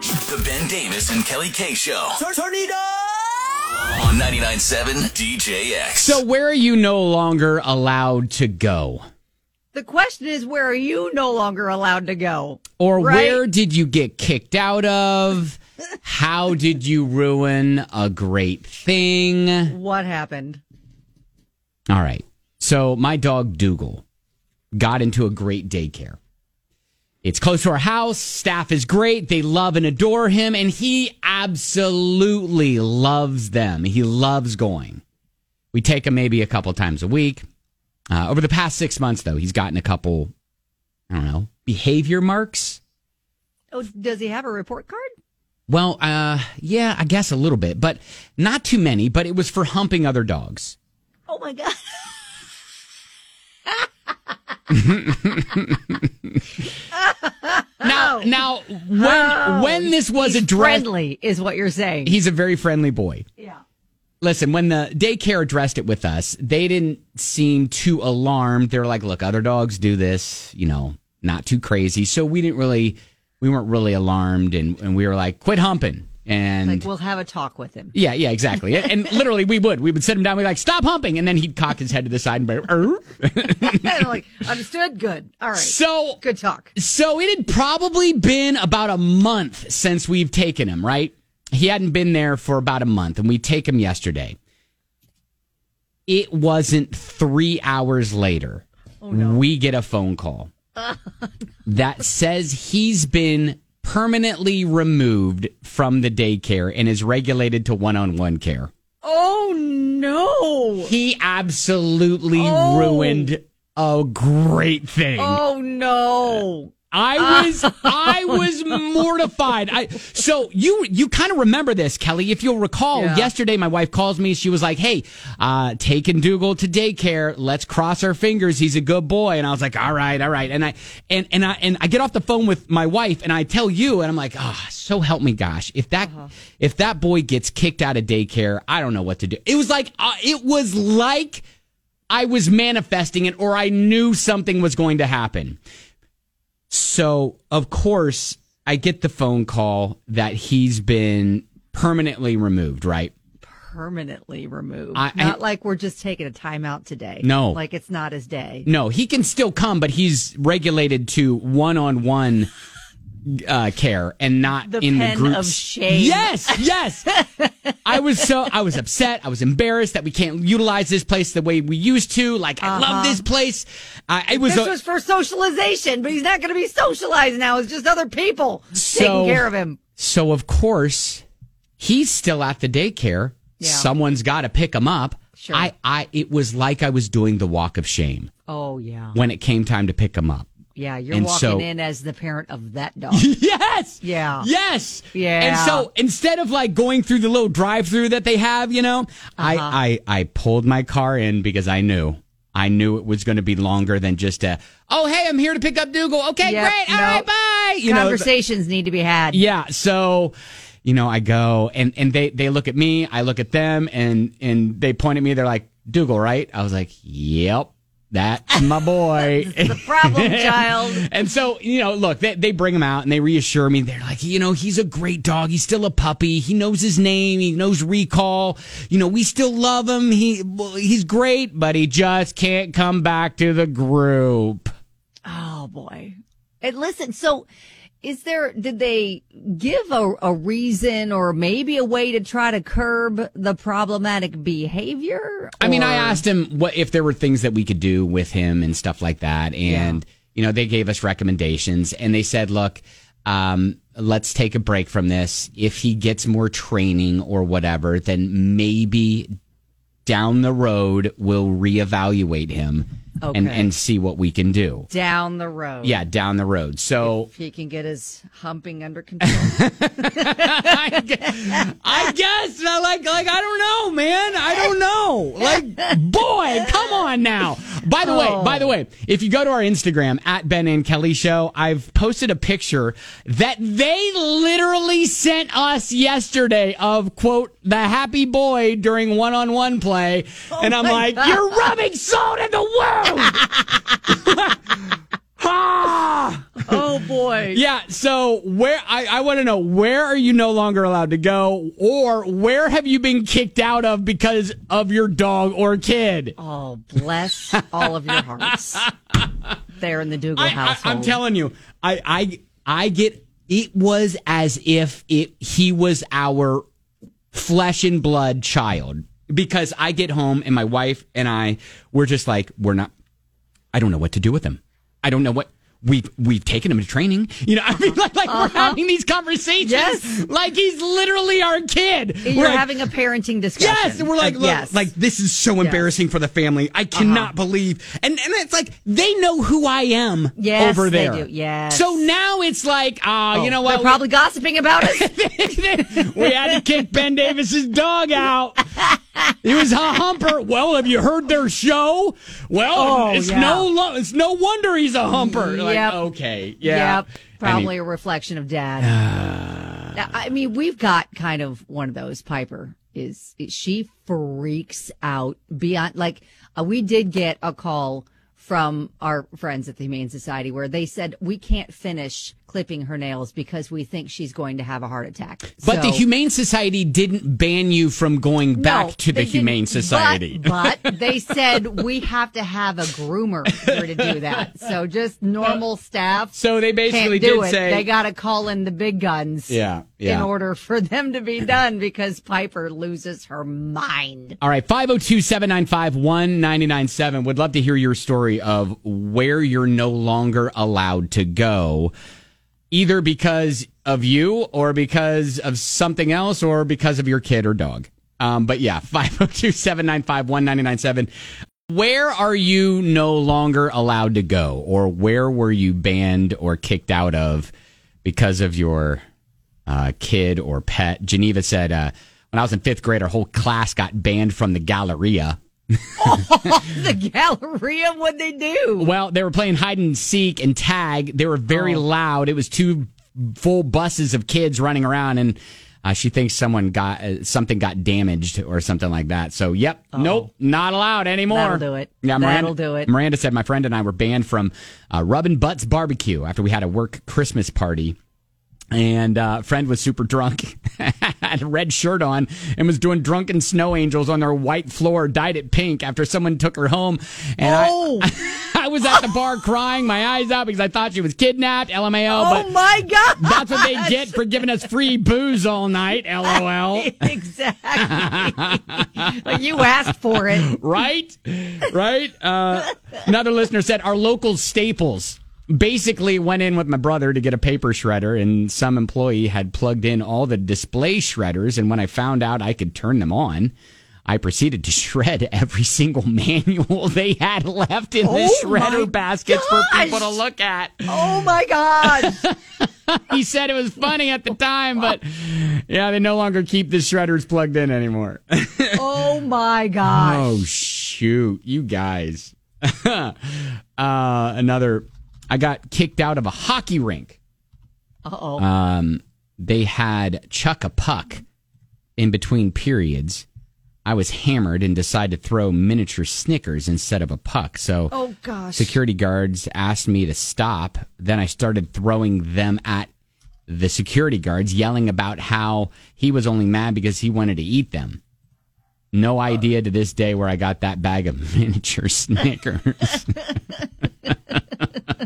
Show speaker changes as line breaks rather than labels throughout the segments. The Ben Davis and Kelly K Show
Turn, turn it up!
on 99.7 DJX.
So where are you no longer allowed to go?
The question is, where are you no longer allowed to go?
Or
Right.
where did you get kicked out of? How did you ruin a great thing? All
What happened?
right. So my dog Dougal got into a great daycare. It's close to our house. Staff is great. They love and adore him and he absolutely loves them. He loves going. We take him maybe a couple times a week. Uh, over the past six months, though, he's gotten a couple, I don't know, behavior marks.
Oh, does he have a report card?
Well, uh, yeah, I guess a little bit, but not too many. But it was for humping other dogs.
Oh my god!
Now, now, when when this was
He's
addressed,
friendly is what you're saying.
he's a very friendly boy.
yeah.
Listen, when the daycare addressed it with us, they didn't seem too alarmed. They were like, "Look, other dogs do this, you know, not too crazy." So we didn't really, we weren't really alarmed, and and we were like, "Quit humping." And
Like we'll have a talk with him.
Yeah, yeah, exactly. And- And literally, we would. We would sit him down. We'd be like, stop humping. And then he'd cock his head to the side and be like, "Er."
And like understood. Good. All right.
So,
good talk.
so it had probably been about a month since we've taken him, right? He hadn't been there for about a month, and we take him yesterday. It wasn't three hours later. We get a phone call that says he's been permanently removed from the daycare and is regulated to one on one care.
Oh no!
He absolutely ruined a great thing.
Oh no!
I was I was mortified. I so you you kind of remember this, Kelly. If you'll recall,
Yeah.
yesterday my wife calls me. She was like, "Hey, uh, taking Dougal to daycare. Let's cross our fingers. He's a good boy." And I was like, "All right, all right." And I and and I and I get off the phone with my wife and I tell you, and I'm like, "Ah, so help me, gosh. If that if that boy gets kicked out of daycare, I don't know what to do." It was like uh, it was like I was manifesting it, or I knew something was going to happen. So, of course, I get the phone call that he's been permanently removed, right?
Permanently removed.
I- I-
not like we're just taking a timeout today.
No.
Like it's not his day.
No, he can still come, but he's regulated to one on one uh care and not
The
in
pen
the group
of shame.
yes yes i was so i was upset i was embarrassed that we can't utilize this place the way we used to like i love this place i it was
Uh-huh. This
a-
was for socialization, but he's not going to be socialized now. It's just other people
So-
taking care of him.
So of course, he's still at the daycare.
Yeah.
Someone's got to pick him up.
Sure.
I, I, it was like I was doing the walk of shame
Oh yeah.
when it came time to pick him up.
Yeah, you're
And
walking
so-
in as the parent of that dog.
Yes.
Yeah.
Yes.
Yeah.
And so instead of like going through the little drive-through that they have, you know,
Uh-huh.
I, I, I pulled my car in because I knew. I knew it was going to be longer than just a, oh, hey, I'm here to pick up Dougal. Okay,
Yep,
great.
no.
All right, bye. You know,
Conversations need to be had.
yeah so you know i go and and they they look at me i look at them and and they point at me they're like dougal right i was like yep that's my boy
The problem child.
and so you know look they, they bring him out and they reassure me they're like you know he's a great dog he's still a puppy he knows his name he knows recall you know we still love him he well, he's great but he just can't come back to the group
Oh boy. And listen, so is there did they give a, a reason or maybe a way to try to curb the problematic behavior?
I mean, I
Or-
asked him what if there were things that we could do with him and stuff like that, and you know, they gave us recommendations, and they said, look, um, let's take a break from this. If he gets more training or whatever, then maybe down the road we'll reevaluate him and
Okay.
and see what we can do.
down the road.
Yeah, down the road. So
If he can get his humping under control.
I, gu- I guess I like like I don't know, man. I don't know. Like, boy, come on now. By the way, by the way, if you go to our Instagram at Ben and Kelly Show, I've posted a picture that they literally sent us yesterday of quote the happy boy during one on one play, and I'm like, you're rubbing salt in the wound. Ah!
Oh boy.
Yeah. So where I, I want to know where are you no longer allowed to go, or where have you been kicked out of because of your dog or kid?
Oh, bless all of your hearts. there in the Dougal
I,
household.
I, am telling you, I, I I get it was as if it he was our flesh and blood child because I get home and my wife and I we're just like we're not. I don't know what to do with him. I don't know what. We've we've taken him to training, you know. I mean, like, like we're having these conversations,
Uh-huh. Yes.
like he's literally our kid.
You're
We're like,
having a parenting discussion.
Yes, and we're like,
Uh, Uh-huh.
look, like this is so embarrassing for the family. I cannot believe, and and it's like they know who I am
Yes,
over
they
there.
do. Yes. Oh.
So now it's like, ah, you know
They're
what? We-
probably gossiping about us.
we had to kick Ben Davis's dog out. He was a humper. Well, have you heard their show? Well,
Oh,
it's
yeah.
no lo- it's no wonder he's a humper. Like,
Yep.
okay, yeah, uh,
Yep. Probably a reflection of dad. Now, I mean, we've got kind of one of those. Piper is, is- she freaks out beyond, like, uh, we did get a call from our friends at the Humane Society where they said, we can't finish clipping her nails because we think she's going to have a heart attack.
But the
So-
Humane Society didn't ban you from going back
No,
to the
they didn't.
Humane
But-
Society.
But, they said we have to have a groomer here to do that. So just normal staff.
So they basically
can't do
did
it.
say-
they got to call in the big guns.
Yeah, yeah.
In order for them to be done because Piper loses her mind.
All right, 502 795 1997. Would love to hear your story of where you're no longer allowed to go, either because of you or because of something else or because of your kid or dog. Um, but yeah, 502 795 1997. Where are you no longer allowed to go, or where were you banned or kicked out of because of your uh, kid or pet. Geneva said, uh, when I was in fifth grade, our whole class got banned from the Galleria.
The Galleria, what they do?
Well, they were playing hide and seek and tag. They were very loud. It was two full buses of kids running around, and uh, she thinks someone got uh, something got damaged or something like that. So, yep, nope, not allowed anymore.
That'll do it.
Yeah, Miranda,
That'll do it.
Miranda said my friend and I were banned from uh, Rub and Butts Barbecue after we had a work Christmas party. And uh, a friend was super drunk, had a red shirt on, and was doing drunken snow angels on their white floor, dyed it pink. After someone took her home, and I-
Oh.
I was at the bar crying my eyes out because I thought she was kidnapped. LMAO,
Oh
but
my God.
that's what they get for giving us free booze all night. LOL.
exactly. Like, you asked for it.
right? Right? Uh, another listener said our local staples basically went in with my brother to get a paper shredder and some employee had plugged in all the display shredders and when I found out I could turn them on, I proceeded to shred every single manual they had left in the
Oh my
shredder baskets for people to
gosh.
look at.
Oh my God.
he said it was funny at the time, but yeah, they no longer keep the shredders plugged in anymore.
Oh my God.
oh shoot, you guys. uh, another I got kicked out of a hockey rink.
Uh-oh.
Um they had chuck a puck in between periods. I was hammered and decided to throw miniature Snickers instead of a puck. So
Oh gosh.
security guards asked me to stop. Then I started throwing them at the security guards, yelling about how he was only mad because he wanted to eat them. No
Uh.
idea to this day where I got that bag of miniature Snickers.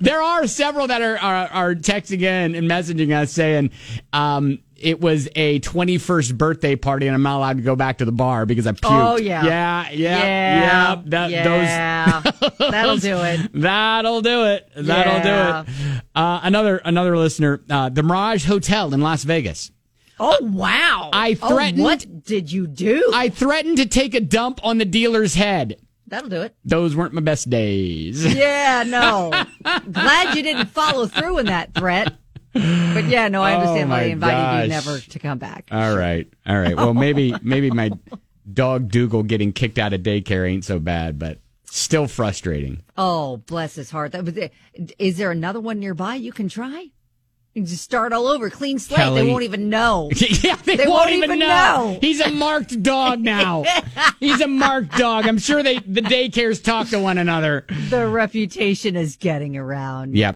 there are several that are, are, are texting in and messaging us saying um, it was a 21st birthday party and I'm not allowed to go back to the bar because I puked.
Oh, yeah.
Yeah, yeah, yeah.
Yeah.
That, Those,
yeah. That'll do it.
That'll do it. That'll
Yeah.
do it. Uh, another another listener, uh, the Mirage Hotel in Las Vegas.
Oh wow!
I
Oh,
threatened-
what did you do?
I threatened to take a dump on the dealer's head.
That'll do it.
Those weren't my best days.
Yeah, no. Glad you didn't follow through in that threat. But yeah, no, I understand
Oh my
why they invited you
gosh.
never to come back.
All right, all right. Well, maybe maybe my dog Dougal getting kicked out of daycare ain't so bad, but still frustrating.
oh, bless his heart. That was, is there another one nearby you can try? You just start all over, clean slate.
Kelly.
They won't even know.
yeah, they,
They
won't,
won't
even
even
know.
know.
He's a marked dog now. He's a marked dog. I'm sure they the daycares talk to one another.
the reputation is getting around.
Yep.